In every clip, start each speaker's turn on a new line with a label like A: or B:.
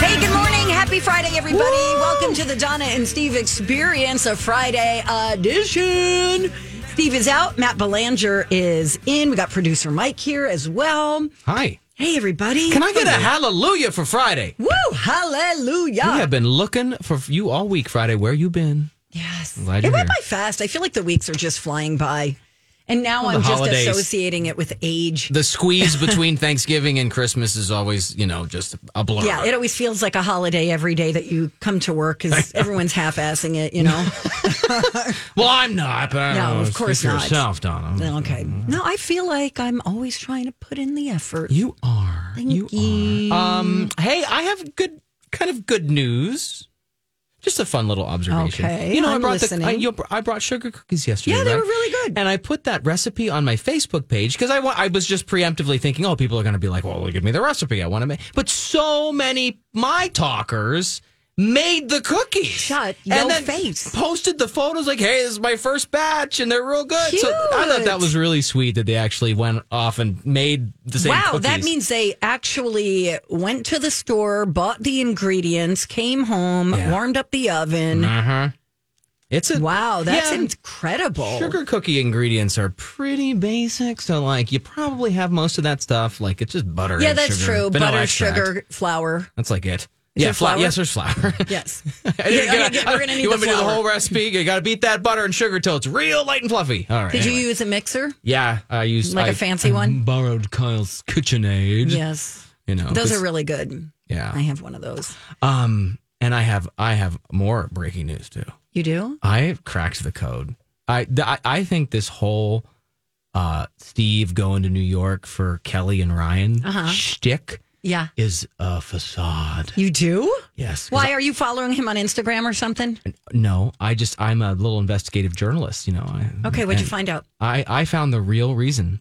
A: Hey, good morning. Happy Friday, everybody. Welcome to the Donna and Steve Experience, a Friday edition. Steve is out. Matt Belanger is in. We got producer Mike here as well.
B: Hi.
A: Hey, everybody.
B: Can I get a hallelujah for Friday?
A: Woo! Hallelujah.
B: We have been looking for you all week, Friday. Where you been?
A: Yes.
B: glad
A: it
B: you're
A: went
B: here.
A: by fast. I feel like the weeks are just flying by. And now I'm just
B: holidays.
A: associating it with age.
B: The squeeze between Thanksgiving and Christmas is always, you know, just a blur.
A: yeah, it always feels like a holiday every day that you come to work because everyone's half assing it, you know?
B: well, I'm not, but I don't
A: No,
B: know.
A: of
B: Speak
A: course
B: for
A: not.
B: yourself, Donna.
A: okay. No, I feel like I'm always trying to put in the effort.
B: Mm-hmm. You are. you,
A: you.
B: are. Um, hey, I have good, kind of good news. Just a fun little observation.
A: Okay,
B: you know, I
A: I'm
B: brought the, I,
A: listening.
B: you, I brought sugar cookies yesterday.
A: Yeah, they
B: right?
A: were really good.
B: And I put that recipe on my Facebook page because I, wa- I was just preemptively thinking, oh, people are going to be like, well, give me the recipe. I want to make. But so many my talkers made the cookies.
A: Shut your
B: and then
A: face.
B: Posted the photos like, hey, this is my first batch, and they're real good. So I thought
A: Cute.
B: that was really sweet that they actually went off and made the same.
A: wow,
B: cookies.
A: that means they actually went to the store, bought the ingredients, came home, warmed up the oven.
B: it's a
A: Wow, that's
B: Mm-hmm. Yeah.
A: incredible.
B: Sugar cookie ingredients are pretty basic, so like you probably have most of that stuff. Like it's just butter.
A: yeah,
B: and
A: that's
B: sugar,
A: true.
B: vanilla
A: Butter,
B: extract.
A: sugar, flour.
B: That's like it.
A: Is
B: yeah,
A: there
B: flour.
A: flour?
B: Yes, there's flour.
A: Yes.
B: I didn't
A: Yeah,
B: get-
A: I'm gonna- we're gonna need
B: you want
A: the
B: me to do the
A: flour.
B: whole recipe? You got to beat that butter and sugar till it's real light and fluffy. All right.
A: Did
B: anyway.
A: you use a mixer?
B: Yeah, I used
A: Like
B: a
A: a fancy one?
B: Borrowed Kyle's KitchenAid.
A: Yes.
B: You know,
A: Those
B: 'cause-
A: are really good. I
B: Yeah.
A: have one of those.
B: Um, and I have I have more breaking news too.
A: You do?
B: I cracked the code. I th- I, I think this whole uh, Steve going to New York for Kelly and Ryan
A: Uh-huh.
B: shtick
A: Yeah.
B: is a facade.
A: You do?
B: Yes. 'cause
A: Why are you following him on Instagram or something?
B: No, I just I'm a little investigative journalist, you know. I,
A: Okay, what'd you
B: and
A: find out?
B: I I found the real reason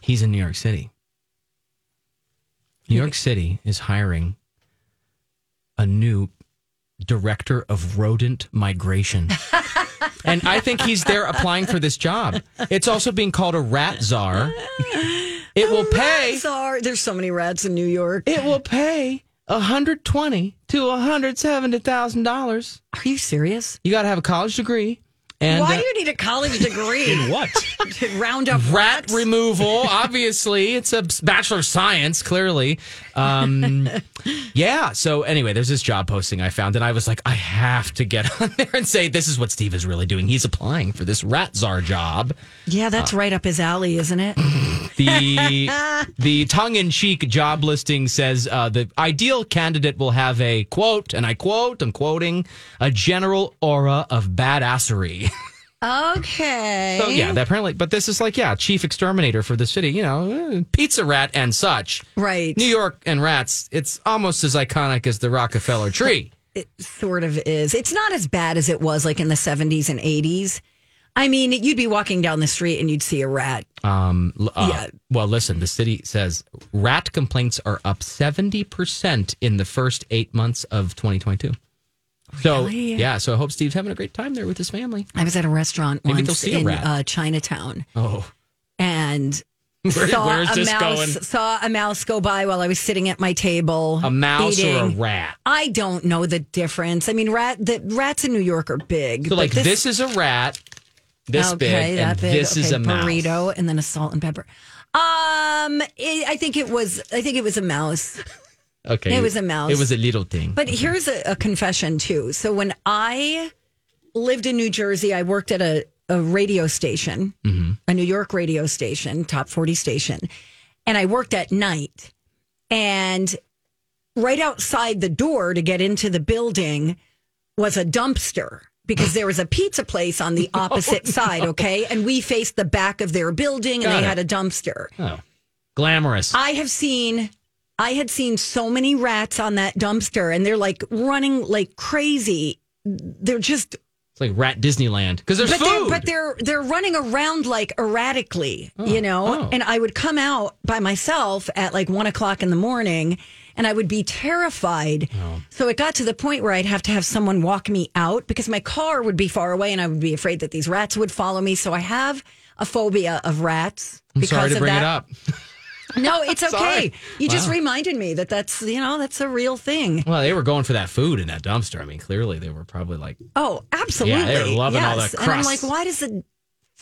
B: he's in New York City. New York City is hiring a new director of rodent migration. and I think he's there applying for this job. It's also being called a rat czar. It will pay
A: Rats are- there's so many rats in New York.
B: it will pay 120 to $170,000.
A: Are you serious?
B: You got to have a college degree and
A: Why
B: uh,
A: do you need a college degree
B: what?
A: to round up
B: Rat
A: rats?
B: removal, obviously. It's a Bachelor of Science, clearly. Um, yeah. So, anyway, there's this job posting I found, and I was like, I have to get on there and say, this is what Steve is really doing. He's applying for this rat czar job.
A: yeah,
B: Uh.
A: that's right up his alley, isn't it?
B: The, the tongue in cheek job listing says uh, the ideal candidate will have a quote, and I quote, I'm quoting, a general aura of badassery.
A: Okay.
B: So yeah, that apparently. But this is like yeah, chief exterminator for the city. You know, eh, pizza rat and such.
A: Right.
B: New York and rats. It's almost as iconic as the Rockefeller tree.
A: It sort of is. It's not as bad as it was like in the 70s and 80s. I mean, you'd be walking down the street and you'd see a rat.
B: Um, l- uh,
A: Yeah.
B: Well, listen, the city says rat complaints are up seventy percent in the first eight months of 2022. So
A: Really?
B: yeah, so I hope Steve's having a great time there with his family.
A: I was at a restaurant
B: Maybe they'll
A: once
B: see a
A: in
B: rat.
A: uh, Chinatown
B: Oh,
A: and
B: Where-
A: saw
B: where's
A: a
B: this
A: mouse
B: going?
A: saw a mouse go by while I was sitting at my table.
B: A mouse or a
A: eating.
B: rat?
A: I don't know the difference. I mean, rat the rats in New York are big.
B: So
A: but
B: like this, is a rat, this big, and this is a mouse.
A: burrito, and then a salt and pepper. Um, it, I think it was. I think it was a mouse.
B: Okay.
A: It was a mouse.
B: It was a little thing.
A: But here's a, a confession too. So when I lived in New Jersey, I worked at a, a radio station,
B: Mm-hmm.
A: a New York radio station, top 40 station. And I worked at night. And right outside the door to get into the building was a dumpster because there was a pizza place on the
B: Oh,
A: opposite side, okay? And we faced the back of their building and
B: Got
A: they
B: it.
A: had a dumpster.
B: oh. Glamorous.
A: I have seen I had seen so many rats on that dumpster and they're like running like crazy. They're just
B: it's like Rat Disneyland. Because there's
A: but they're
B: food.
A: but they're they're running around like erratically, you know?
B: oh.
A: And I would come out by myself at like one o'clock in the morning and I would be terrified.
B: Oh.
A: So it got to the point where I'd have to have someone walk me out because my car would be far away and I would be afraid that these rats would follow me. So I have a phobia of rats
B: I'm sorry to
A: of
B: bring
A: that.
B: it up.
A: No, it's okay.
B: Sorry.
A: You just
B: Wow.
A: reminded me that that's, you know, that's a real thing.
B: Well, they were going for that food in that dumpster. I mean, clearly they were probably like,
A: Oh, absolutely.
B: loving all the
A: And I'm like,
B: crust.
A: why does the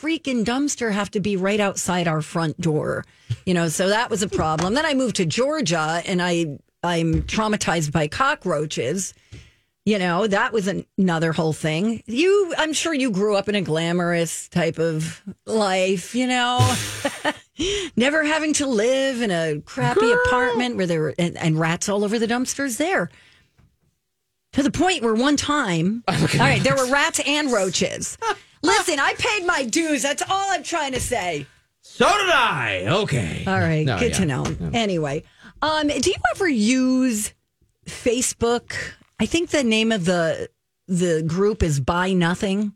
A: freaking dumpster have to be right outside our front door? You know, so that was a problem. then I moved to Georgia and I I'm traumatized by cockroaches. You know, that was an- another whole thing. You I'm sure you grew up in a glamorous type of life, you know. Never having to live in a crappy apartment where there were and, and rats all over the dumpsters there. To the point where one time, all right, there were rats and roaches. Listen, I paid my dues. That's all I'm trying to say.
B: so did I. Okay.
A: All right,
B: No,
A: good
B: yeah.
A: to know. Anyway, um, do you ever use Facebook? I think the name of the the group is Buy Nothing.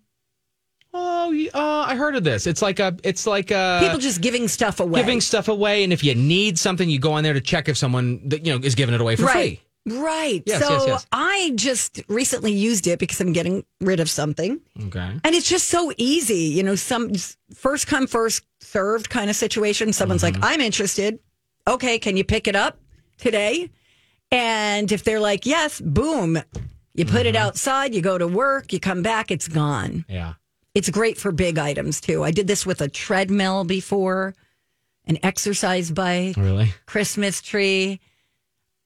B: Oh, y- oh, I heard of this. It's like a, it's like a
A: People just Uh, giving stuff away.
B: giving stuff away, and if you need something, you go on there to check if someone that you know is giving it away for
A: right.
B: free.
A: Right.
B: Yes,
A: so
B: yes, yes.
A: I just recently used it because I'm getting rid of something.
B: Okay.
A: And it's just so easy, you know, some first come, first served kind of situation. Someone's
B: Mm-hmm.
A: like, I'm interested. Okay, can you pick it up today? And if they're like, yes, boom, you put
B: Mm-hmm.
A: it outside, you go to work, you come back, it's gone.
B: Yeah.
A: It's great for big items too. I did this with a treadmill before, an exercise bike,
B: Really?
A: Christmas tree.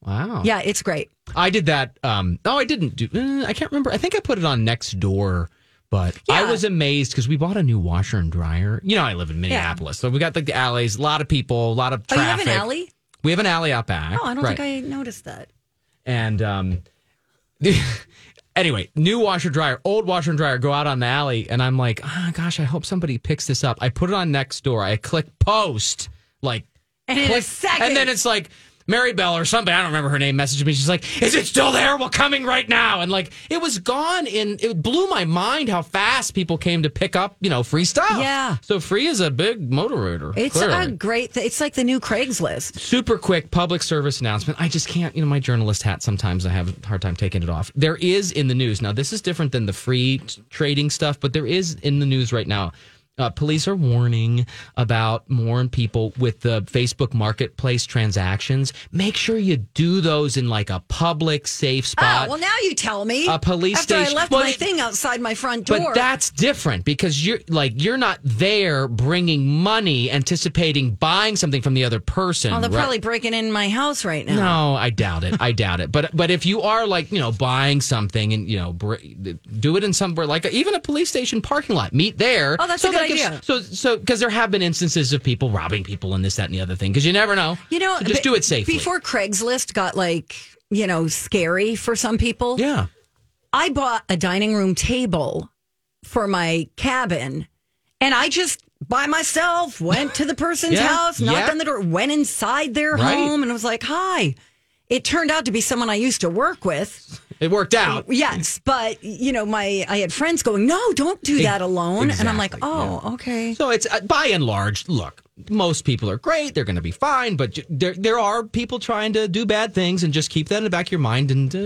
B: Wow.
A: Yeah, it's great.
B: I did that. Um, oh, I didn't do. eh, I can't remember. I think I put it on next door, but I
A: Yeah.
B: was amazed because we bought a new washer and dryer. You know, I live in Minneapolis, so we got like the alleys, a lot of people, a lot of
A: Oh,
B: traffic.
A: you have an alley?
B: We have an alley out back.
A: Oh, I don't
B: right.
A: think I noticed that.
B: And um, anyway, new washer dryer, old washer and dryer go out on the alley, and I'm like, oh, gosh, I hope somebody picks this up. I put it on next door. I click post, like,
A: And in a
B: click,
A: second-
B: and then it's like. Mary Bell or somebody, I don't remember her name, messaged me. She's like, Is it still there? We're coming right now. And like, it was gone. And it blew my mind how fast people came to pick up, you know, free stuff.
A: Yeah.
B: So free is a big motivator.
A: It's
B: clearly
A: a great, th- it's like the new Craigslist.
B: super quick public service announcement. I just can't, you know, my journalist hat sometimes I have a hard time taking it off. There is in the news. Now, this is different than the free t- trading stuff, but there is in the news right now. Uh, police are warning about more people with the Facebook marketplace transactions. Make sure you do those in like a public, safe spot.
A: Oh, well, now you tell me.
B: a police
A: After
B: station-
A: I left
B: Well,
A: my
B: it-
A: thing outside my front door.
B: But that's different because you're like you're not there bringing money, anticipating buying something from the other person.
A: oh, they're
B: right?
A: probably breaking in my house right now.
B: No, I doubt it. I doubt it. But but if you are like you know buying something and you know br- do it in somewhere like even a police station parking lot, meet there.
A: Oh, that's a
B: that
A: good
B: gives-
A: idea.
B: So so because there have been instances of people robbing people and this that and the other thing because you never know.
A: You know,
B: So just
A: be-
B: do it safely.
A: Before Craigslist got like, you know, scary for some people,
B: yeah.
A: I bought a dining room table for my cabin and I just by myself went to the person's
B: Yeah,
A: house, knocked
B: yeah.
A: on the door, went inside their
B: Right.
A: home and was like, hi. It turned out to be someone I used to work with.
B: It worked out.
A: Yes, but you know, my I had friends going, "No, don't do that alone." And I'm like,
B: Exactly,
A: "Oh, okay."
B: So it's uh, by and large, look, most people are great. They're going to be fine, but j- there there are people trying to do bad things, and just keep that in the back of your mind, and uh,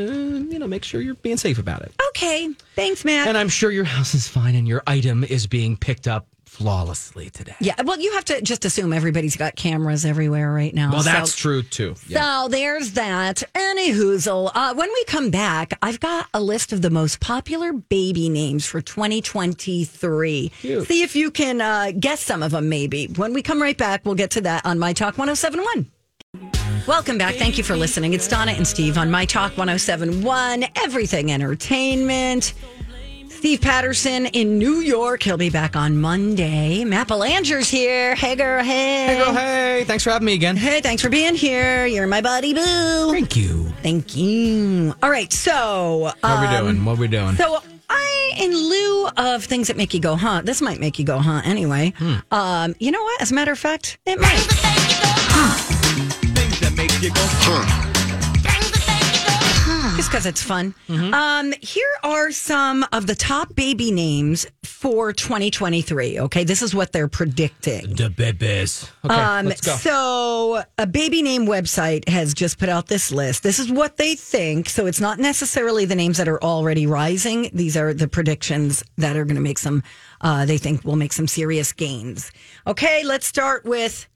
B: you know, make sure you're being safe about it.
A: Okay, thanks, Matt.
B: And I'm sure your house is fine and your item is being picked up flawlessly today.
A: yeah, well, you have to just assume everybody's got cameras everywhere right now.
B: Well, that's
A: so.
B: true too.
A: So there's that. Any hoozle. Uh, when we come back, I've got a list of the most popular baby names for 2023. See if you can uh, guess some of them, maybe. When we come right back, we'll get to that on My Talk 1071. Welcome back. Thank you for listening. It's Donna and Steve on My Talk 1071, Everything Entertainment. Steve Patterson in New York. He'll be back on Monday. Matt Belanger's here. Hey, girl. Hey.
B: Hey, girl, hey, thanks for having me again.
A: Hey, thanks for being here. You're my buddy, boo.
B: Thank you.
A: Thank you. All right. So, uh,
B: What are we doing? What are we doing?
A: So I, in lieu of things that make you go, huh? This might make you go, huh? Anyway, um, you know what? As a matter of fact, it might. Just because it's fun. Um, here are some of the top baby names for 2023. Okay, this is what they're predicting.
B: the babies. Okay,
A: Um,
B: let's go.
A: so a baby name website has just put out this list. This is what they think. So it's not necessarily the names that are already rising. These are the predictions that are going to make some, uh, they think will make some serious gains. Okay. Let's start with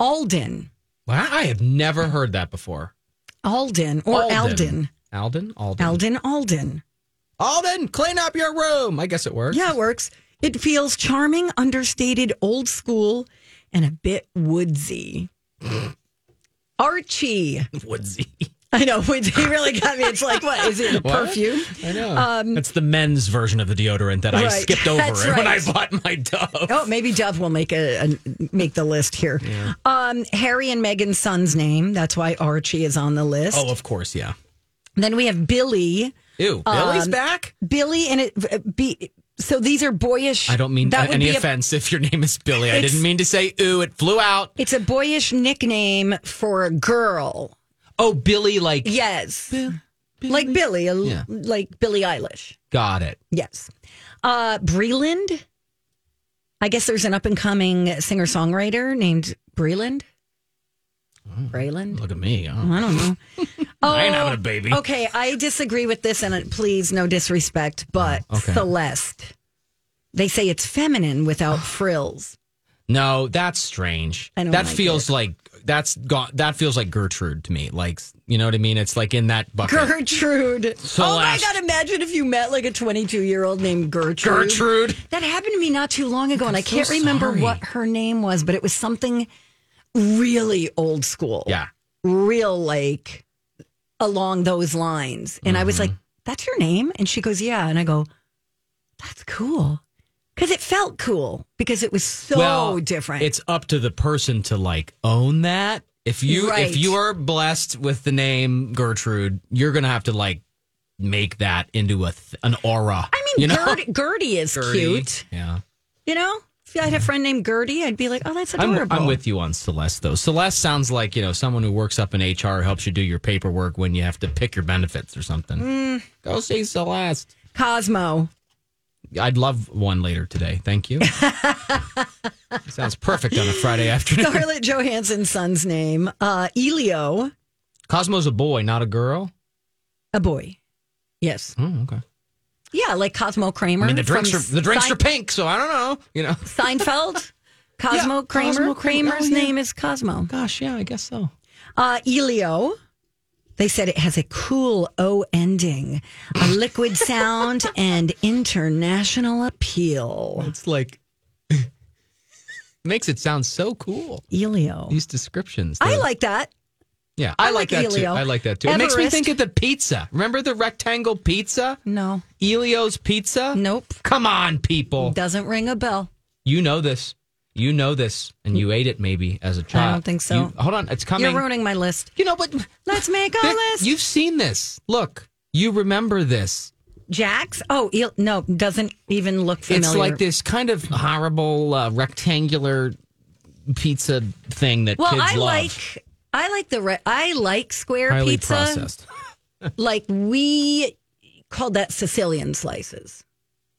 A: Alden,
B: wow, I have never heard that before.
A: Alden or Alden,
B: Alden? Alden.
A: Alden, Alden.
B: Alden, clean up your room. I guess it works.
A: Yeah, it works. It feels charming, understated, old school, and a bit woodsy. Archie.
B: Woodsy.
A: I know. He really got me. It's like, what is it?
B: What?
A: Perfume?
B: I know. That's the men's version of the deodorant that I
A: Right.
B: Um, skipped over
A: That's
B: when I
A: right.
B: bought my Dove.
A: Oh, maybe Dove will make a, a make the list here. Um, Harry and Meghan's son's name. That's why Archie is on the list.
B: Oh, of course, yeah.
A: Then we have Billy.
B: Ew, Billy's back?
A: Billy and it. uh, Be, so these are boyish.
B: I don't mean
A: that would
B: any
A: be a-
B: offense if your name is Billy. I
A: It's-
B: didn't mean to say ooh. It flew out.
A: it's a boyish nickname for a girl.
B: Oh, Billy, like,
A: Yes, like Billy, a,
B: Yeah.
A: like Billie Eilish.
B: got it.
A: Yes. Uh Breland. I guess there's an up and coming singer songwriter named Breland. Breland.
B: Look at me. huh?
A: I don't know.
B: I ain't
A: Oh.
B: having a baby.
A: Okay, I disagree with this, and it- please, no disrespect, but
B: okay.
A: Celeste. They say it's feminine without frills.
B: No, that's strange.
A: I don't
B: that
A: like
B: feels like that's gone. That feels like Gertrude to me. Like, you know what I mean? It's like in that bucket.
A: Gertrude. Oh my
B: Celeste.
A: God, imagine if you met like a 22 year old named Gertrude.
B: Gertrude.
A: That happened to me not too long ago, and I
B: so
A: can't remember
B: sorry.
A: what her name was, but it was something really old school.
B: Yeah.
A: Real like along those lines. And I was
B: Mm-hmm.
A: like, that's your name? And she goes, yeah. And I go, that's cool. Because it felt cool because it was so different.
B: It's up to the person to like own that. If you
A: Right.
B: if you are blessed with the name Gertrude, you're gonna have to like make that into a th- an aura.
A: I mean,
B: you know?
A: Gerd- Gertie is
B: Gertie.
A: cute.
B: Yeah,
A: You know, if I had a friend named Gertie, I'd be like, oh, that's
B: I'm,
A: adorable.
B: I'm with you on Celeste though. Celeste sounds like you know someone who works up in HR helps you do your paperwork when you have to pick your benefits or something.
A: Mm.
B: Go see Celeste.
A: Cosmo.
B: I'd love one later today. Thank you. sounds perfect on a Friday afternoon.
A: Scarlett Johansson's son's name, uh, Elio,
B: Cosmo's a boy, not a girl.
A: a boy. Yes.
B: Oh, okay.
A: Yeah, like Cosmo Kramer.
B: I mean, the drinks are
A: from
B: the drinks
A: Sein-
B: are pink, so I don't know. You know.
A: Seinfeld. Cosmo
B: Yeah,
A: Kramer.
B: Cosmo Kramer.
A: Kramer's
B: Oh, yeah.
A: name is Cosmo.
B: Gosh, yeah, I guess so.
A: Uh, Elio. They said it has a cool O ending, a liquid sound, and international appeal.
B: It's like makes it sound so cool.
A: Elio.
B: These descriptions.
A: I
B: they're-
A: like that.
B: Yeah, I,
A: I
B: like,
A: like
B: that too.
A: Elio.
B: I like that too. It makes me
A: Everest.
B: think of the pizza. Remember the rectangle pizza?
A: No,
B: Elio's pizza?
A: Nope.
B: Come on, people.
A: doesn't ring a bell.
B: You know this. You know this, and you ate it maybe as a child.
A: think so.
B: You- hold on, it's coming.
A: You're ruining my list.
B: you know, but
A: Let's make a list.
B: you've seen this. Look, you remember this.
A: Jax? Oh, El- no, doesn't even look familiar.
B: It's like this kind of horrible uh, rectangular pizza thing that
A: Well,
B: kids
A: I
B: love.
A: like I like the re- I like square
B: highly
A: pizza.
B: processed.
A: Like we called that Sicilian slices.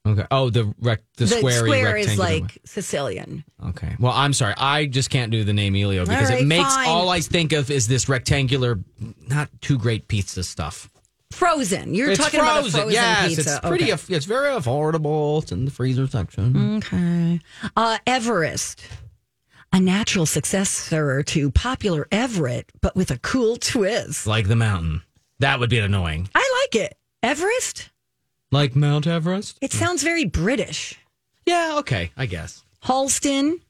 B: Okay. Oh, the rec- the,
A: The
B: squarey
A: square is
B: rectangular
A: like Sicilian.
B: one. okay. Well, I'm sorry. I just can't do the name Elio because
A: right,
B: it makes
A: fine.
B: all I think of is this rectangular, not too great pizza stuff.
A: Frozen. You're
B: it's
A: talking
B: frozen.
A: about a frozen
B: yes,
A: pizza.
B: it's pretty.
A: Okay. Mm.
B: aff- It's very affordable. It's in the freezer section.
A: Okay. Uh, Everest, a natural successor to popular Everett, but with a cool twist.
B: Like the mountain. That would be annoying.
A: I like it. Everest.
B: Like Mount Everest.
A: It sounds very British.
B: Yeah. Okay. I guess.
A: Halston,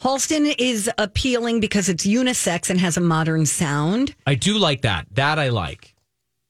A: Halston is appealing because it's unisex and has a modern sound.
B: I do like that. That I like.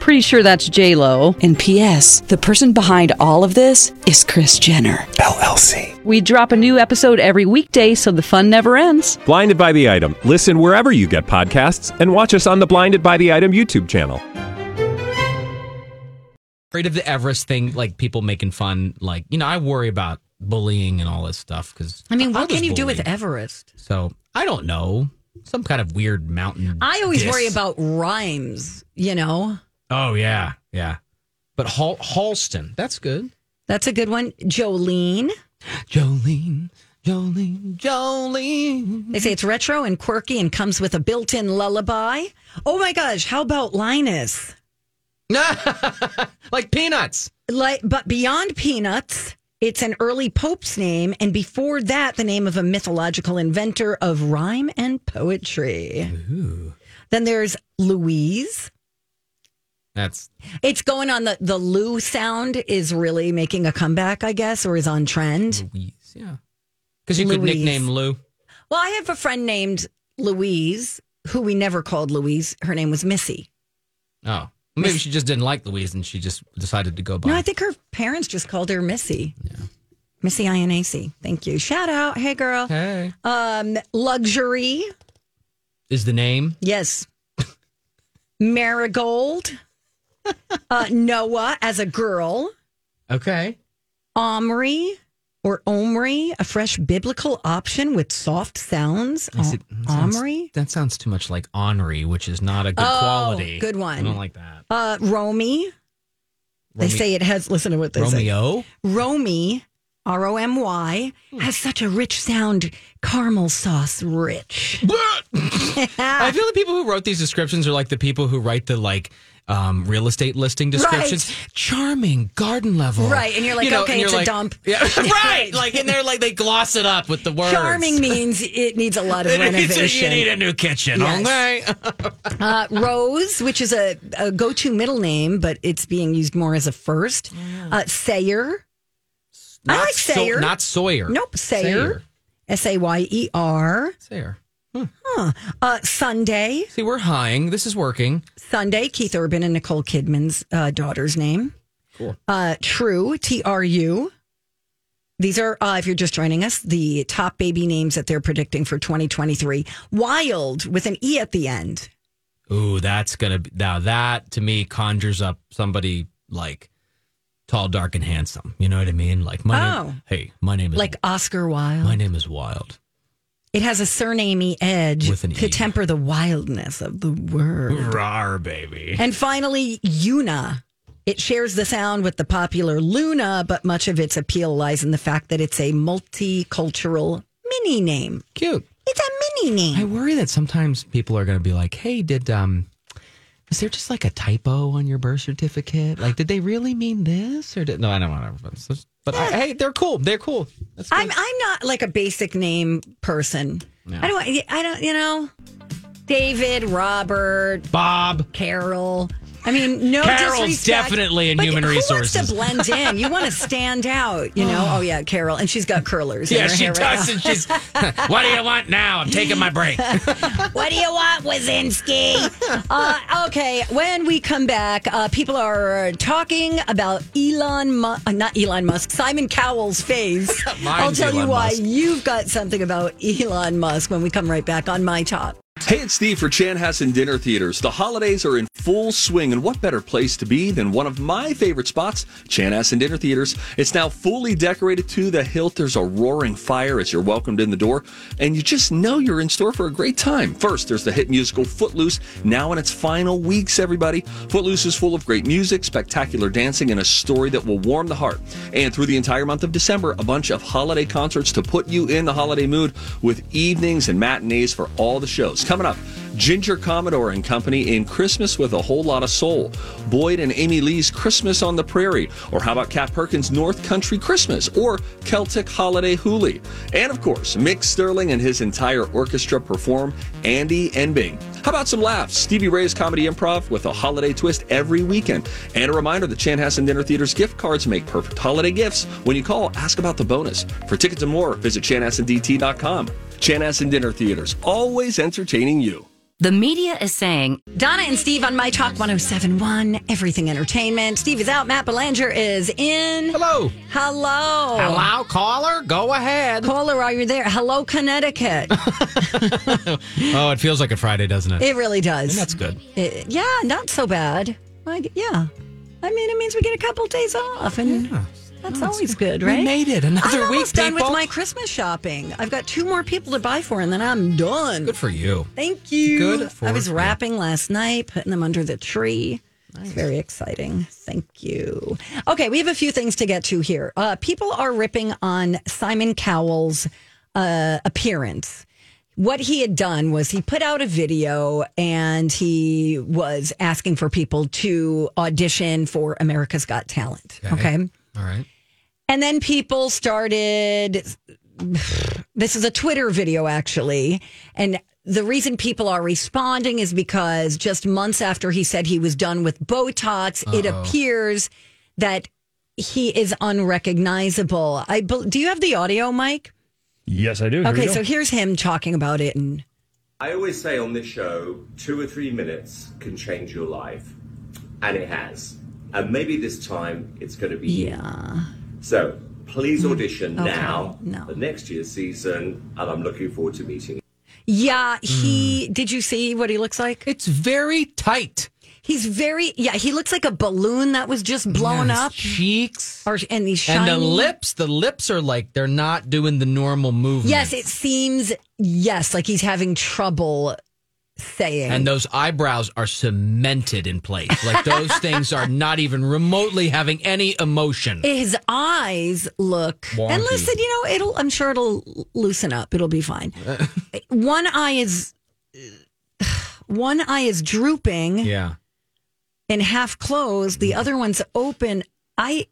C: Pretty sure that's J Lo.
D: And P.S. The person behind all of this is Chris Jenner.
E: LLC.
C: We drop a new episode every weekday, so the fun never ends.
E: Blinded by the item. Listen wherever you get podcasts, and watch us on the Blinded by the Item YouTube channel.
B: afraid of the Everest thing, like people making fun, like you know, I worry about bullying and all this stuff because
A: I mean, what
B: was
A: can you do with
B: bullied.
A: Everest?
B: So I don't know some kind of weird mountain.
A: I always
B: diss.
A: worry about rhymes, you know?
B: Oh yeah, yeah. But Hal- Halston, that's good.
A: That's a good one. Jolene.
B: Jolene, Jolene, Jolene.
A: They say it's retro and quirky and comes with a built in lullaby. Oh my gosh, how about Linus?
B: like peanuts.
A: Like, but beyond Peanuts, it's an early Pope's name, and before that, the name of a mythological inventor of rhyme and poetry. Then there's Louise.
B: That's
A: It's going on the the Lou sound is really making a comeback, I guess, or is on trend.
B: Louise, yeah. Because you could
A: Louise.
B: nickname Lou.
A: Well, I have a friend named Louise who we never called Louise. Her name was Missy.
B: Oh, maybe she just didn't like Louise and she just decided to go by.
A: No, I think her parents just called her Missy. Yeah. Missy INAC. Thank you. Shout out. Hey, girl.
B: hey,
A: Um, luxury.
B: is the name
A: Yes. Marigold. uh, Noah as a girl.
B: okay?
A: Omri or Omri, a fresh biblical option with soft sounds.
B: I said, that sounds-
A: Omri.
B: That sounds too much like Henri, which is not a good
A: Oh,
B: quality.
A: good one.
B: I don't like that.
A: Uh, Romy. They
B: Romy-
A: say it has, listen to what they say.
B: Romeo.
A: Romy, R O M Y, has such a rich sound, caramel sauce rich.
B: I feel the people who wrote these descriptions are like the people who write the like um, real estate listing descriptions. Charming garden level.
A: Right, and you're like, okay,
B: and
A: it's a dump.
B: Yeah, right. Like, and they're like, they gloss it up with the words.
A: Charming means it needs a lot of
B: It needs a- you
A: renovation.
B: need a new kitchen.
A: Yes.
B: Okay.
A: uh, Rose, which is a, a go to middle name, but it's being used more as a first. Uh, Sayer. I
B: Mm. Not
A: like
B: So-
A: Sayer.
B: not Sawyer.
A: Nope, Sayer. S A Y E R.
B: Sayer.
A: Uh, Sunday.
B: See, we're high. This is working.
A: Sunday, Keith Urban and Nicole Kidman's uh, daughter's name.
B: Cool.
A: Uh, True, T R U. These are, uh, if you're just joining us, the top baby names that they're predicting for 2023. Wild with an E at the end.
B: Ooh, that's gonna be now that to me conjures up somebody like tall, dark, and handsome. You know what I mean? Like my name,
A: Oh.
B: hey, my name is
A: Like Oscar
B: my
A: Wilde.
B: name is Wild.
A: It has a surnamey edge
B: With an
A: to
B: E.
A: temper the wildness of the word.
B: Rar baby.
A: And finally, Yuna. It shares the sound with the popular Luna, but much of its appeal lies in the fact that it's a multicultural mini name.
B: Cute.
A: It's a mini name.
B: I worry that sometimes people are gonna be like, hey, did um was there just like a typo on your birth certificate? Like, did they really mean this? Or did no? I don't want to. But I, hey, they're cool. They're cool. That's
A: I'm I'm not like a basic name person. I don't I don't you know David, Robert,
B: Bob.
A: Carol. I mean, no
B: Carol's
A: disrespect,
B: definitely in
A: but
B: human
A: who
B: resources.
A: wants to blend in? You want to stand out, you know? Oh yeah, Carol, and she's got curlers. in
B: Yeah,
A: her
B: she
A: hair
B: does.
A: right now.
B: and she's. what do you want now? I'm taking my break.
A: What do you want, Wazinski? uh, okay, when we come back, uh, people are talking about Elon, Mu- uh, not Elon Musk, Simon Cowell's face. I'll tell you
B: Elon
A: why
B: Musk.
A: you've got something about Elon Musk when we come right back on my top.
F: Hey, it's Steve for Chanhassen Dinner Theaters. The holidays are in full swing, and what better place to be than one of my favorite spots, Chanhassen Dinner Theaters. It's now fully decorated to the hilt. There's a roaring fire as you're welcomed in the door, and you just know you're in store for a great time. First, there's the hit musical Footloose, now in its final weeks, everybody. Footloose is full of great music, spectacular dancing, and a story that will warm the heart. And through the entire month of December, a bunch of holiday concerts to put you in the holiday mood with evenings and matinees for all the shows. Coming up, Ginger Commodore and Company in Christmas with a Whole Lot of Soul, Boyd and Amy Lee's Christmas on the Prairie, or how about Cat Perkins' North Country Christmas, or Celtic Holiday Hooli. And of course, Mick Sterling and his entire orchestra perform Andy and Bing. How about some laughs? Stevie Ray's Comedy Improv with a holiday twist every weekend. And a reminder the Chanhassen Dinner Theater's gift cards make perfect holiday gifts. When you call, ask about the bonus. For tickets and more, visit chanhassendt.com. Chanhassen Dinner Theaters, always entertaining you.
G: The media is saying
A: Donna and Steve on My Talk 1071, Everything Entertainment. Steve is out. Matt Belanger is in.
B: Hello.
A: Hello.
B: Hello, caller. Go ahead.
A: Caller, are you there? Hello, Connecticut.
B: Oh, it feels like a Friday, doesn't it?
A: it really does.
B: That's good.
A: It- yeah, not so bad. Like, yeah. I mean, it means we get a couple days off, and that's always good, right?
B: We made it another
A: I'm
B: week,
A: almost done with
B: people.
A: my Christmas shopping. I've got two more people to buy for, and then I'm done.
B: Good for you.
A: Thank you.
B: Good for
A: I was
B: you.
A: wrapping last night, putting them under the tree. It's very exciting. Thank you. Okay, we have a few things to get to here. Uh, people are ripping on Simon Cowell's uh, appearance. What he had done was he put out a video and he was asking for people to audition for America's Got Talent.
B: Okay.
A: okay?
B: All right.
A: And then people started. This is a Twitter video, actually. And the reason people are responding is because just months after he said he was done with Botox, it appears that he is unrecognizable. I bel do you have the audio, Mike?
H: Yes, I do. Here we
A: Okay,
H: go.
A: so here's him talking about it, and
I: I always say on this show, two or three minutes can change your life. And it has. And maybe this time it's going to be you.
A: yeah, Mm.
I: So please audition
A: Okay,
I: now
A: no.
I: for next year's season. And I'm looking forward to meeting you.
A: yeah.
B: Hmm.
A: He did you see what he looks like?
B: It's very tight.
A: He's very yeah. He looks like a balloon that was just blown
B: Yes,
A: up,
B: Cheeks.
A: or and these shiny
B: And the lips, the lips are like they're not doing the normal movement.
A: Yes, it seems yes, like he's having trouble saying.
B: and those eyebrows are cemented in place. Like those things are not even remotely having any emotion.
A: his eyes look and
B: Wonky.
A: listen, you know, it'll I'm sure it'll loosen up. It'll be fine. one eye is one eye is drooping
B: yeah. Mm.
A: and half closed, the other one's open. I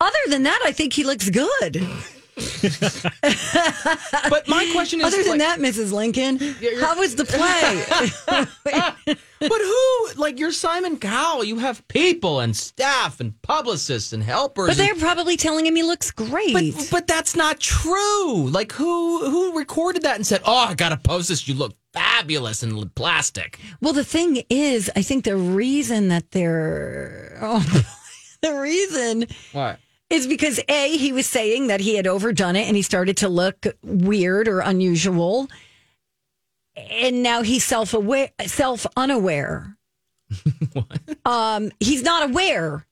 A: other than that, I think he looks good.
B: But my question is
A: Other than
B: like,
A: that, Mrs. Lincoln, how was the play?
B: But who like you're Simon Cowell, you have people and staff and publicists and helpers.
A: but
B: and-
A: they're probably telling him he looks great.
B: But, but that's not true. Like who who recorded that and said, "Oh, I gotta post this. You look fabulous in plastic."
A: Well, the thing is, I think the reason that they're oh, the reason
B: What?
A: is because a he was saying that he had overdone it and he started to look weird or unusual, and now he's self aware, self unaware. Um, he's not aware.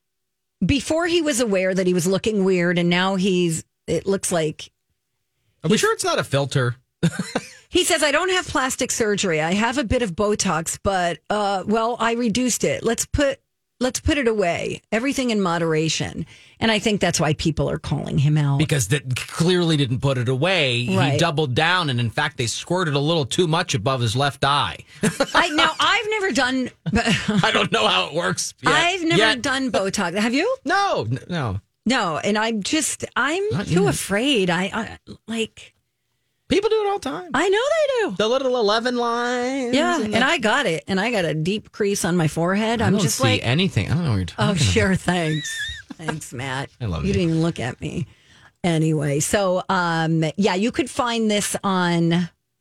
A: Before he was aware that he was looking weird, and now he's it looks like
B: Are we sure it's not a filter?
A: He says, I don't have plastic surgery. I have a bit of Botox, but uh, well, I reduced it. Let's put let's put it away. Everything in moderation. And I think that's why people are calling him out.
B: Because that clearly didn't put it away. He
A: Right.
B: doubled down, and in fact, they squirted a little too much above his left eye.
A: I, now I've never done
B: I don't know how it works. yet.
A: I've never
B: Yet.
A: done Botox. Have you?
B: No, n- no.
A: No. And I'm just I'm too afraid. I, I like
B: People do it all the time.
A: I know they do.
B: The little eleven lines.
A: Yeah. And I got it. And I got a deep crease on my forehead.
B: I
A: I'm
B: don't
A: just
B: see
A: like
B: anything. I don't know what you're talking
A: Oh,
B: about.
A: sure. Thanks. Thanks, Matt.
B: I love
A: you.
B: you.
A: didn't even look at me. Anyway, so um, yeah, you could find this on,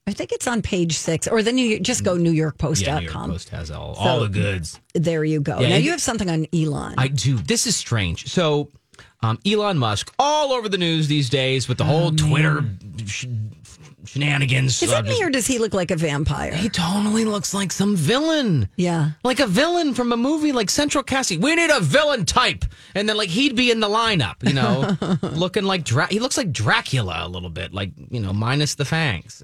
A: I think it's on page six or the New York, just go
B: Mm-hmm. Yeah, New York
A: newyorkpost.com.
B: Post has all, all the goods.
A: there you go.
B: Yeah,
A: now
B: it-
A: you have something on Elon.
B: I do. This is strange. So, um, Elon Musk, all over the news these days with the whole Twitter sh- shenanigans.
A: Oh, Is
B: Uh,
A: it me or does he look like a vampire?
B: He totally looks like some villain.
A: Yeah.
B: Like a villain from a movie like Central Cassie. We need a villain type. And then like he'd be in the lineup, you know, looking like Dra- he looks like Dracula a little bit, like, you know, minus the fangs.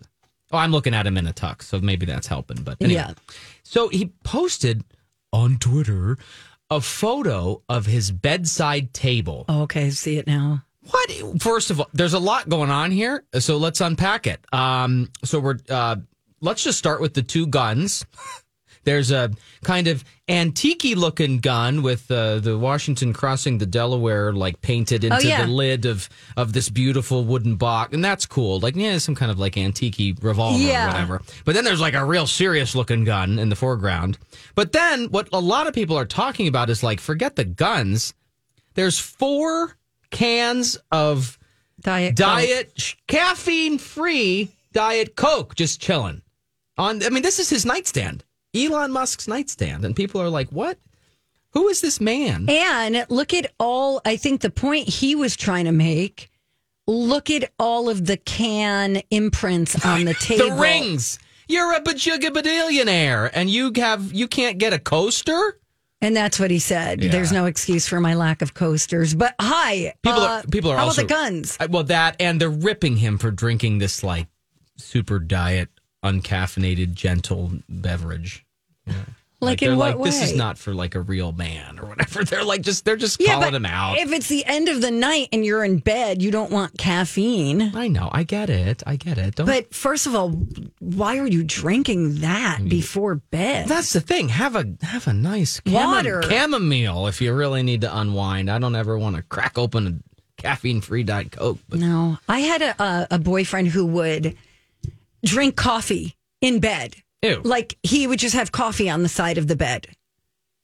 B: Oh, I'm looking at him in a tux, so maybe that's helping, but anyway.
A: Yeah.
B: So he posted on Twitter a photo of his bedside table.
A: Oh, okay. I See it now.
B: What? First of all, there's a lot going on here, so let's unpack it. Um, so we're uh, let's just start with the two guns. There's a kind of antique looking gun with uh, the Washington crossing the Delaware, like painted into
A: Oh, yeah.
B: the lid of, of this beautiful wooden box. And that's cool. Like, yeah, some kind of like antique revolver
A: Yeah.
B: or whatever. But then there's like a real serious looking gun in the foreground. But then what a lot of people are talking about is like, forget the guns. There's four cans of
A: Diet.
B: diet caffeine free diet coke just chilling on i mean this is his nightstand elon musk's nightstand and people are like what who is this man
A: And look at all, I think the point he was trying to make look at all of the can imprints on the table.
B: the rings you're a bajugabadillionaire and you have you can't get a coaster
A: And that's what he said.
B: Yeah.
A: There's no excuse for my lack of coasters. But hi,
B: people
A: uh,
B: are people are
A: how
B: also
A: about the guns?
B: I- well that and they're ripping him for drinking this like super diet uncaffeinated gentle beverage
A: Like,
B: they're
A: in what
B: like
A: way?
B: this is not for like a real man or whatever they're like just they're just
A: yeah,
B: calling
A: but
B: him out
A: If it's the end of the night and you're in bed, you don't want caffeine.
B: I know. I get it. I get it. Don't.
A: But first of all, why are you drinking that
B: Mm.
A: before bed?
B: that's the thing. Have a have a nice chamo-
A: Water.
B: chamomile if you really need to unwind. I don't ever want to crack open a caffeine free diet coke. But
A: No, I had a, a, a boyfriend who would drink coffee in bed.
B: Ew.
A: Like he would just have coffee on the side of the bed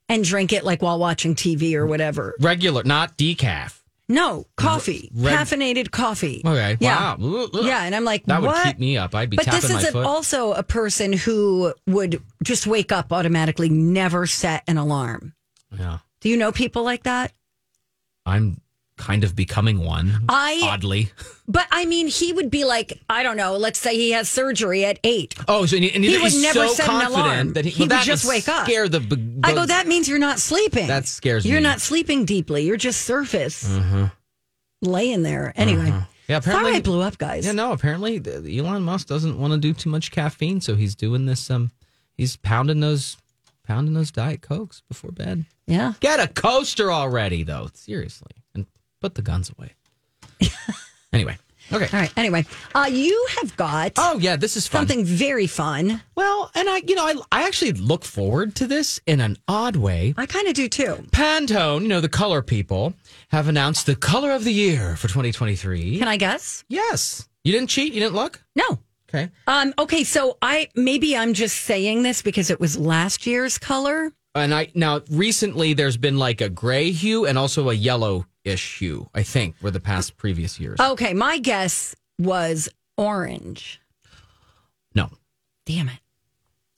A: and drink it like while watching TV or whatever.
B: regular, not decaf.
A: No, coffee,
B: Red-
A: caffeinated coffee.
B: Okay.
A: Yeah.
B: Wow. Ugh, ugh.
A: Yeah. And I'm like,
B: That would
A: what?
B: keep me up. I'd be
A: But
B: tapping
A: this
B: my
A: is a,
B: foot.
A: also a person who would just wake up automatically, never set an alarm.
B: yeah.
A: Do you know people like that?
B: I'm kind of becoming one.
A: I-
B: oddly.
A: But I mean, he would be like, I don't know, let's say he has surgery at eight.
B: Oh, so and he, and
A: He
B: he's
A: would never
B: so
A: set an
B: confident
A: alarm.
B: that he,
A: He
B: well,
A: would
B: that
A: just
B: would
A: wake up.
B: Scare the.
A: I go, that means you're not sleeping.
B: That scares
A: You're
B: me.
A: not sleeping deeply. You're just surface laying there. Anyway,
B: Yeah, Mm-hmm. apparently
A: sorry I blew up, guys.
B: Yeah, no, apparently th- Elon Musk doesn't want to do too much caffeine, so he's doing this um he's pounding those pounding those diet cokes before bed.
A: Yeah.
B: Get a coaster already though, seriously. And put the guns away. anyway. Okay.
A: All right. Anyway, uh, you have got
B: Oh yeah, this is fun.
A: something very fun.
B: Well, and I you know, I I actually look forward to this in an odd way.
A: I kind of do too.
B: Pantone, you know, the color people have announced the color of the year for 2023.
A: Can I guess?
B: yes. You didn't cheat, you didn't look?
A: No.
B: Okay.
A: Um, okay, so I maybe I'm just saying this because it was last year's color.
B: and I now recently there's been like a gray hue and also a yellow-ish hue. I think were the past previous years.
A: Okay, my guess was orange.
B: No,
A: Damn it.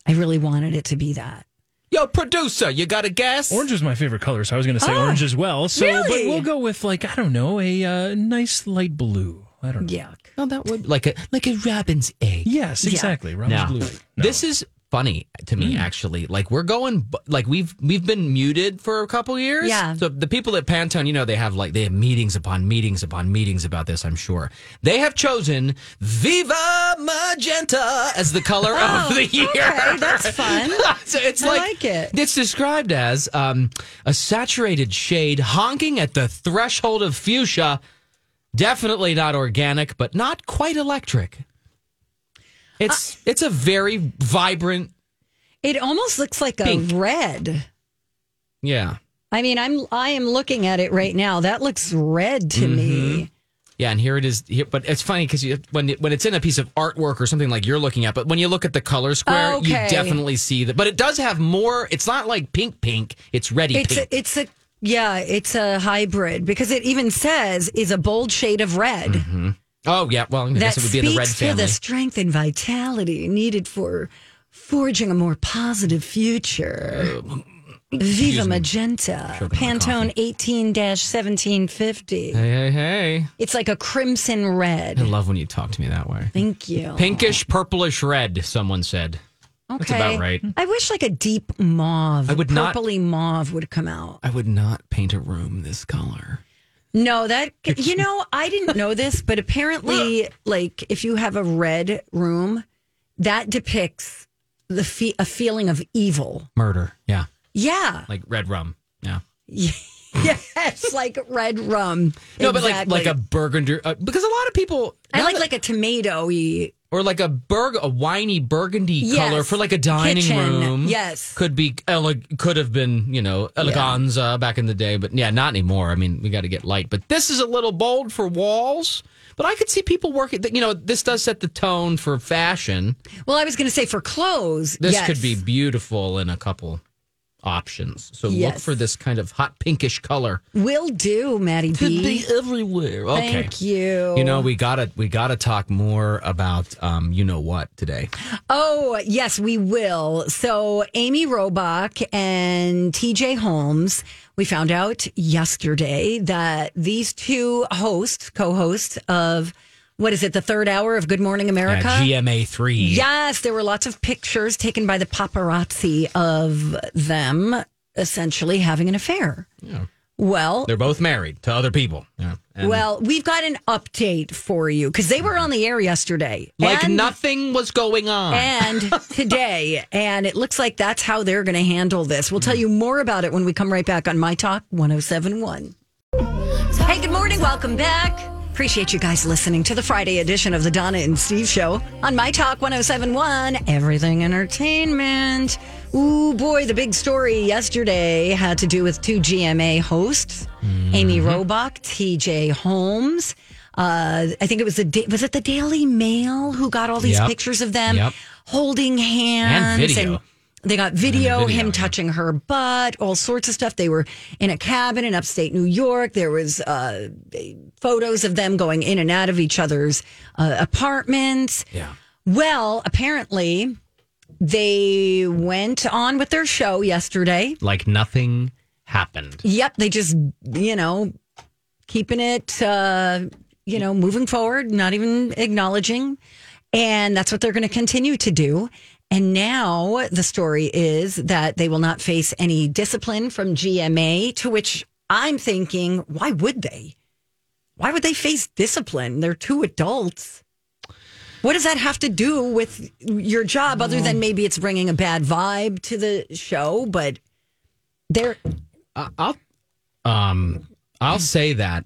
A: I really wanted it to be that.
B: yo producer, you got a guess?
H: Orange is my favorite color, so I was going to say
A: Ah,
H: orange as well. So,
A: really?
H: but we'll go with like I don't know, a uh, nice light blue. I don't know.
A: Yuck.
B: No, that would like a like a robin's egg.
H: Yes,
A: Yeah.
H: exactly. Robin's
B: No.
H: blue. Hmm. No.
B: This is funny to me actually. Like we're going bu- like we've we've been muted for a couple years.
A: Yeah.
B: So the people at Pantone, you know, they have like they have meetings upon meetings upon meetings about this, I'm sure. They have chosen Viva Magenta as the color of the year.
A: Oh, Okay, that's fun.
B: so it's
A: I
B: like,
A: like it.
B: It's described as um, a saturated shade honking at the threshold of fuchsia. Definitely not organic, but not quite electric.
A: Uh,
B: It's it's a very vibrant.
A: It almost looks like
B: Pink.
A: a red.
B: Yeah,
A: I mean, I'm I am looking at it right now. That looks red to
H: Mm-hmm.
A: me.
B: yeah, and here it is. Here, but it's funny because when it, when it's in a piece of artwork or something like you're looking at, but when you look at the color square,
A: Okay.
B: you definitely see that. But it does have more. It's not like pink pink. It's ready
A: It's
B: pink.
A: a, it's a yeah, it's a hybrid because it even says is a bold shade of red.
B: oh yeah, well I
A: that
B: guess it would be in the red
A: speaks to
B: family.
A: the strength and vitality needed for forging a more positive future.
B: Um,
A: Viva Magenta, Pantone 18 1750.
B: hey hey hey!
A: It's like a crimson
B: I
A: red.
B: love when you talk to me that way.
A: Thank you.
B: Pinkish, purplish red. Someone said.
A: Okay.
B: about right.
A: I wish like a deep mauve,
B: I would not-
A: purpley mauve would come out.
B: I would not paint a room this color.
A: No, that, you know, I didn't know this, but apparently, like, if you have a red room, that depicts the fe- a feeling of evil.
B: Murder. Yeah,
A: Yeah.
B: like red rum. Yeah.
A: yes, like red rum.
B: No, but like like a burgundy uh, because a lot of people
A: I like like a tomatoey.
B: or like a burg a winey burgundy
A: Yes.
B: color for like a dining
A: Kitchen,
B: room.
A: yes.
B: could be ele- could have been you know eleganza back in the day, but yeah, not anymore. I mean, we got to get light. But this is a little bold for walls. But I could see people working. You know, this does set the tone for fashion.
A: Well, I was going to say for clothes.
B: This
A: yes.
B: could be beautiful in a couple options. So look
A: Yes.
B: for this kind of hot pinkish color.
A: Will do, Maddie B.
B: everywhere. Okay.
A: Thank you.
B: You know, we gotta we gotta talk more about um, you know what today.
A: Oh, yes, we will. So, Amy Robach and TJ Holmes, we found out yesterday that these two hosts, co hosts of what is it, the third hour of Good Morning America?
B: At GMA three.
A: Yes, there were lots of pictures taken by the paparazzi of them essentially having an affair. Well,
B: They're both married to other people. Yeah. And
A: well, we've got an update for you because they were on the air yesterday.
B: like
A: And-
B: nothing was going on.
A: and today. And it looks like that's how they're going to handle this. We'll tell you more about it when we come right back on My Talk 1071. Hey, good morning. Welcome back. Appreciate you guys listening to the Friday edition of the Donna and Steve Show on My Talk 1071, Everything Entertainment. Ooh, boy, the big story yesterday had to do with two GMA hosts, Amy
B: Mm-hmm.
A: Robach, TJ Holmes. Uh, I think it was the Da- was it the Daily Mail who got all these
B: Yep.
A: pictures of them
B: Yep.
A: holding hands
B: video.
A: they got video,
B: video,
A: him
B: yeah.
A: touching her butt, all sorts of stuff. They were in a cabin in upstate New York. There was uh, photos of them going in and out of each other's uh, apartments.
B: yeah.
A: Well, apparently they went on with their show yesterday.
B: Like nothing happened.
A: Yep, they just, you know, keeping it, uh, you know, moving forward, not even acknowledging. And that's what they're going to continue to do. And now the story is that they will not face any discipline from GMA, to which I'm thinking, why would they? Why would they face discipline? They're two adults. What does that have to do with your job other than maybe it's bringing a bad vibe to the show? But they're,
B: Uh, I'll um I'll say that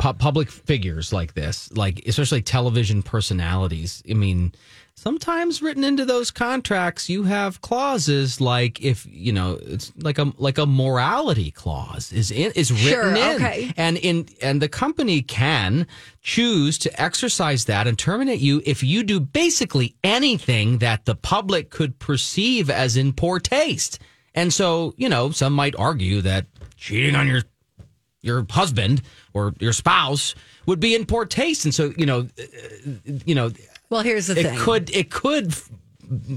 B: pu- public figures like this, like especially television personalities, I mean, sometimes written into those contracts you have clauses like if, you know, it's like a like a morality clause is in is
A: Sure,
B: written in.
A: okay.
B: And in and the company can choose to exercise that and terminate you if you do basically anything that the public could perceive as in poor taste. And so, you know, some might argue that cheating on your your husband or your spouse would be in poor taste. And so, you know, uh, you know,
A: well, here's the
B: it
A: thing.
B: could it could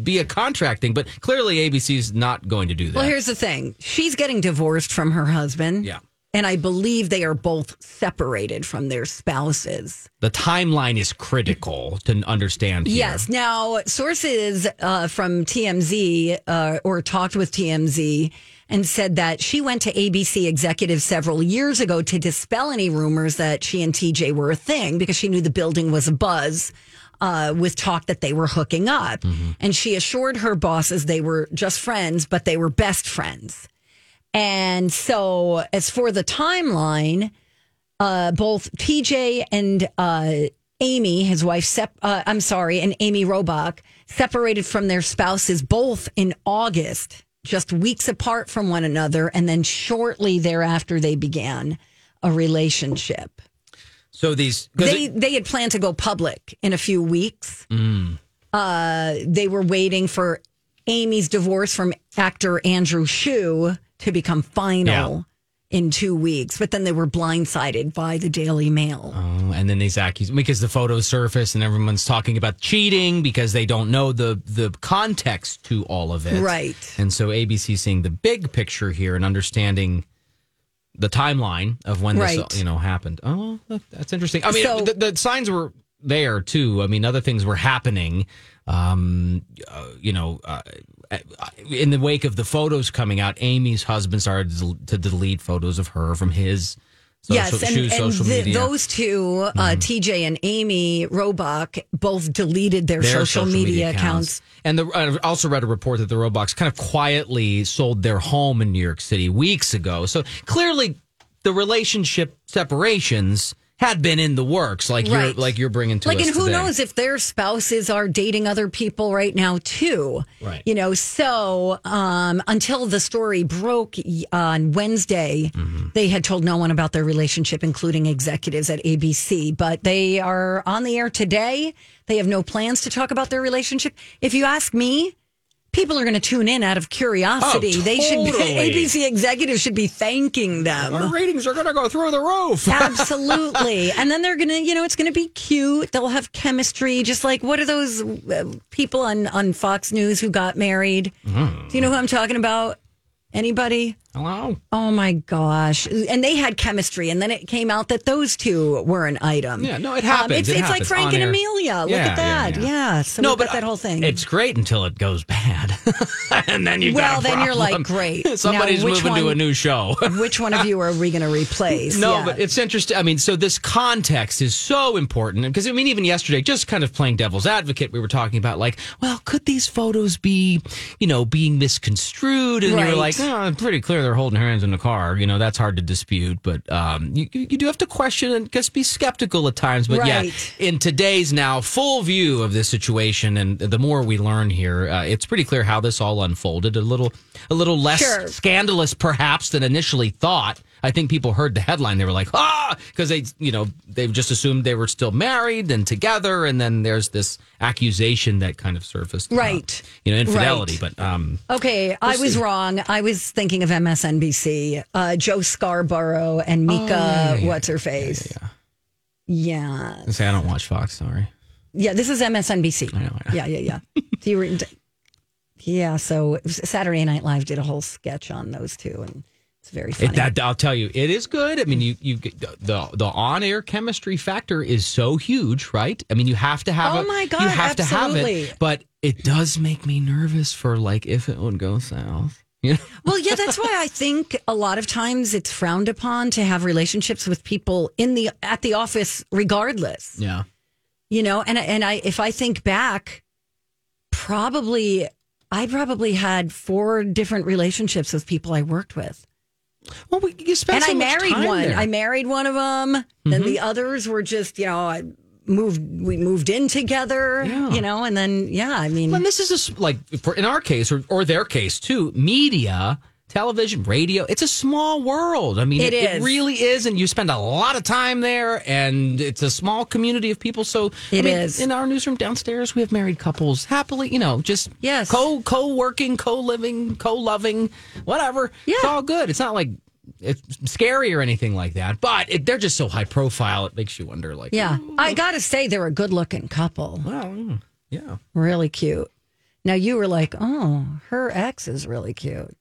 B: be a contract thing, but clearly ABC's not going to do that.
A: Well, here's the thing. She's getting divorced from her husband.
B: Yeah.
A: And I believe they are both separated from their spouses.
B: the timeline is critical to understand. here.
A: Yes. Now, sources uh, from TMZ uh, or talked with TMZ and said that she went to ABC executives several years ago to dispel any rumors that she and TJ were a thing because she knew the building was a buzz. Uh, with talk that they were hooking up. And she assured her bosses they were just friends, but they were best friends. And so, as for the timeline, uh, both TJ and uh, Amy, his wife, sep- uh, I'm sorry, and Amy Robach separated from their spouses both in August, just weeks apart from one another. And then shortly thereafter, they began a relationship.
B: So these 'cause
A: They, they had planned to go public in a few weeks. Uh, they were waiting for Amy's divorce from actor Andrew Shue to become final in two weeks, but then they were blindsided by the Daily Mail.
B: Oh, and then these accusations because the photos surface and everyone's talking about cheating because they don't know the the context to all of it.
A: Right.
B: And so ABC seeing the big picture here and understanding the timeline of when
A: Right.
B: this you know happened. Oh, that- that's interesting. I mean,
A: So-
B: the, the signs were there too. I mean, other things were happening. Um, uh, you know, uh, in the wake of the photos coming out, Amy's husband started to del- to delete photos of her from his Social,
A: yes, and,
B: shoes,
A: and
B: social
A: the-
B: media.
A: those two, uh, TJ and Amy Roebuck, both deleted their, social, media, accounts.
B: And the, I also read a report that the Roblox kind of quietly sold their home in New York City weeks ago. So clearly, the relationship separations had been in the works, like you're
A: Right.
B: like you're bringing to
A: like,
B: us
A: and who
B: today.
A: knows if their spouses are dating other people right now too?
B: Right.
A: You know, so um, until the story broke y- on Wednesday,
B: Mm-hmm.
A: they had told no one about their relationship, including executives at ABC. But they are on the air today. They have no plans to talk about their relationship. If you ask me. People are going to tune in out of curiosity.
B: Oh,
A: They should be,
B: totally.
A: ABC executives should be thanking them.
B: Our ratings are going to go through the roof.
A: Absolutely. And then they're going to, you know, it's going to be cute. They'll have chemistry. Just like what are those uh, people on, on Fox News who got married?
B: Hmm.
A: Do you know who I'm talking about? Anybody?
B: Hello.
A: Oh my gosh. And they had chemistry. And then it came out that those two were an item. Um,
B: Yeah, no, it
A: it's
B: happens. It
A: it's like
B: happens
A: Frank
B: on
A: and
B: air.
A: Amelia. Look
B: Yeah,
A: at
B: yeah,
A: that. Yeah.
B: yeah.
A: So
B: No,
A: we've got
B: but
A: that whole thing.
B: It's great until it goes bad, and then you.
A: well,
B: got a
A: then you're like,
B: problem.
A: great. Now,
B: Somebody's
A: which
B: moving to a
A: one-
B: new show.
A: which one of you are we going to replace?
B: No,
A: Yeah.
B: but it's interesting. I mean, so this context is so important because I mean, even yesterday, just kind of playing devil's advocate, we were talking about like, well, could these photos be, you know, being misconstrued? And you
J: Right.
B: were like, oh, I'm pretty clear they're holding her hands in the car. You know, that's hard to dispute, but um, you you do have to question and just be skeptical at times. But
J: Right.
B: yeah, in today's now full view of this situation, and the more we learn here, uh, it's pretty clear how this all unfolded. A little, a little less
J: Sure.
B: scandalous perhaps than initially thought. I think people heard the headline. They were like, ah, because they, you know, they've just assumed they were still married and together. And then there's this accusation that kind of surfaced. about,
A: Right.
B: you know, infidelity.
A: Right.
B: But um,
A: Okay, I was wrong. I was thinking of MSNBC, uh, Joe Scarborough and Mika,
B: Oh, yeah, yeah,
A: what's her face? Yeah, yeah,
B: I say I don't watch Fox. Sorry.
A: this is MSNBC. Yeah, yeah, yeah. Do you re- yeah, so it was- Saturday Night Live did a whole sketch on those two, and it's very funny.
B: It, that, I'll tell you, it is good. I mean, you you get- the the on air chemistry factor is so huge, right? I mean, you have to have.
A: Oh
B: it.
A: my God,
B: you have to have
A: absolutely.
B: it. But it does make me nervous for like if it would go south. You know?
A: well, yeah, that's why I think a lot of times it's frowned upon to have relationships with people in the at the office, regardless.
B: Yeah.
A: you know and I- and i if i think back probably i probably had four different relationships with people i worked with
B: well we, you spent
A: and
B: so
A: i
B: much
A: married
B: time
A: one
B: there. Mm-hmm.
A: i married one of them then the others were just you know i moved we moved in together
B: Yeah.
A: you know and then yeah i mean
B: And this is just like for in our case or, or their case too, media, television, radio, it's a small world. I mean,
A: It
B: it,
A: is.
B: really is. And you spend a lot of time there and it's a small community of people. So I
A: It
B: mean,
A: is.
B: in our newsroom downstairs, we have married couples happily, you know, just
A: Yes.
B: co co working, co living, co loving, whatever. It's all good. It's not like it's scary or anything like that, but it, they're just so high profile. It makes you wonder, like,
A: yeah i gotta say they're a good looking couple
B: well, hmm. yeah.
A: really cute now you were like oh her ex is really cute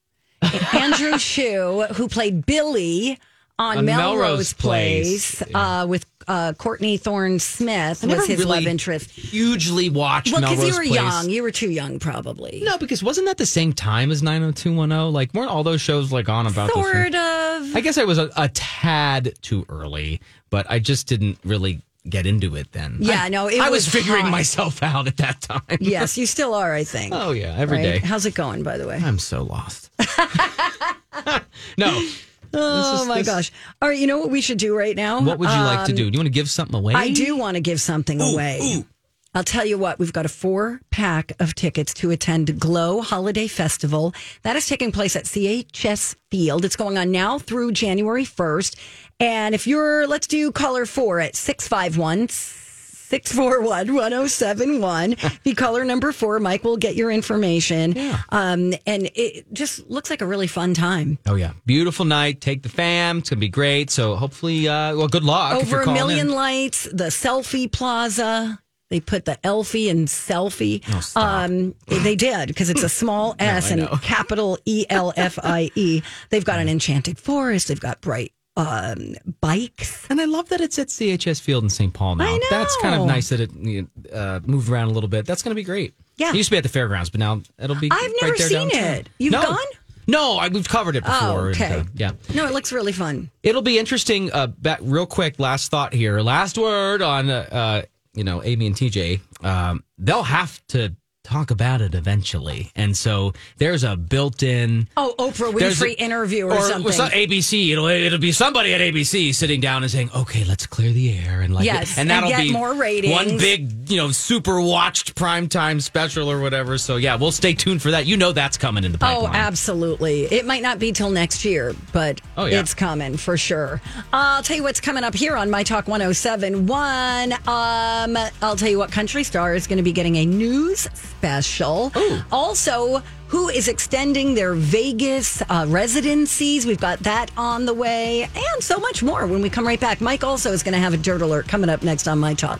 A: andrew Shue, who played billy on,
B: On
A: melrose,
B: Melrose
A: place,
B: Place.
A: uh, with uh, courtney thorne smith
B: I
A: was
B: never
A: his
B: really
A: love interest
B: Hugely watched
A: well because
B: Melrose
A: you were
B: Place.
A: young you were too young probably
B: No, because wasn't that the same time as 90210? Like, weren't all those shows like on about this?
A: sort of
B: I guess I was a, a tad too early, but I just didn't really get into it then.
A: Yeah,
B: I,
A: no, it
B: I
A: was
B: was, figuring
A: hot.
B: myself out at that time.
A: yes you still are i think
B: oh yeah, every
A: Right?
B: day.
A: how's it going by the way
B: I'm so lost. no.
A: oh
B: is-
A: my
B: this-
A: gosh all right you know what we should do right now
B: What would you like to
A: Um,
B: do? Do you want to give something away?
A: I do want to give something away. I'll tell you what, we've got a four pack of tickets to attend Glow Holiday Festival. That is taking place at CHS Field. It's going on now through January 1st. And if you're, let's do caller four at 651 641 1071. Be caller number four. Mike will get your information. Um, and it just looks like a really fun time.
B: Oh yeah, beautiful night. Take the fam. It's gonna be great. So hopefully, uh, well, good luck. if
A: Over
B: you're
A: a
B: calling in.
A: million lights, the selfie plaza. They put the elfie in selfie.
B: Oh, stop.
A: Um, they did because it's a small S
B: I
A: and
B: know.
A: capital E L F I E. They've got an enchanted forest. They've got bright um, bikes.
B: And I love that it's at CHS Field in St. Paul now.
A: I know.
B: That's kind of nice that it uh, moved around a little bit. That's going to be great.
A: Yeah.
B: It used to be at the fairgrounds, but now it'll be.
A: I've never
B: right there
A: seen
B: downtown.
A: it. You've
B: No.
A: gone?
B: No, I, we've covered it
A: Oh,
B: before.
A: okay.
B: and, uh, yeah.
A: No, it looks really fun.
B: It'll be interesting. Uh, back, real quick, last thought here. Last word on, uh, uh, you know, Amy and TJ. Um, they'll have to talk about it eventually. And so there's a built in.
A: Oh, Oprah
B: There's
A: Winfrey
B: a-
A: interview or, something.
B: some- ABC. It'll it'll be somebody at ABC sitting down and saying, "Okay, let's clear the air and like
A: Yes,
B: and
A: and
B: that'll
A: get
B: be
A: more ratings.
B: One big, you know, super watched primetime special or whatever. So yeah, we'll stay tuned for that. You know, that's coming in the
A: Oh,
B: pipeline.
A: absolutely. It might not be till next year, but
B: Oh, yeah.
A: it's coming for sure. I'll tell you what's coming up here on My Talk 1071. Um, I'll tell you what country star is going to be getting a news special. Also, who is extending their Vegas uh, residencies? We've got that on the way and so much more when we come right back. Mike also is going to have a dirt alert coming up next on My Talk.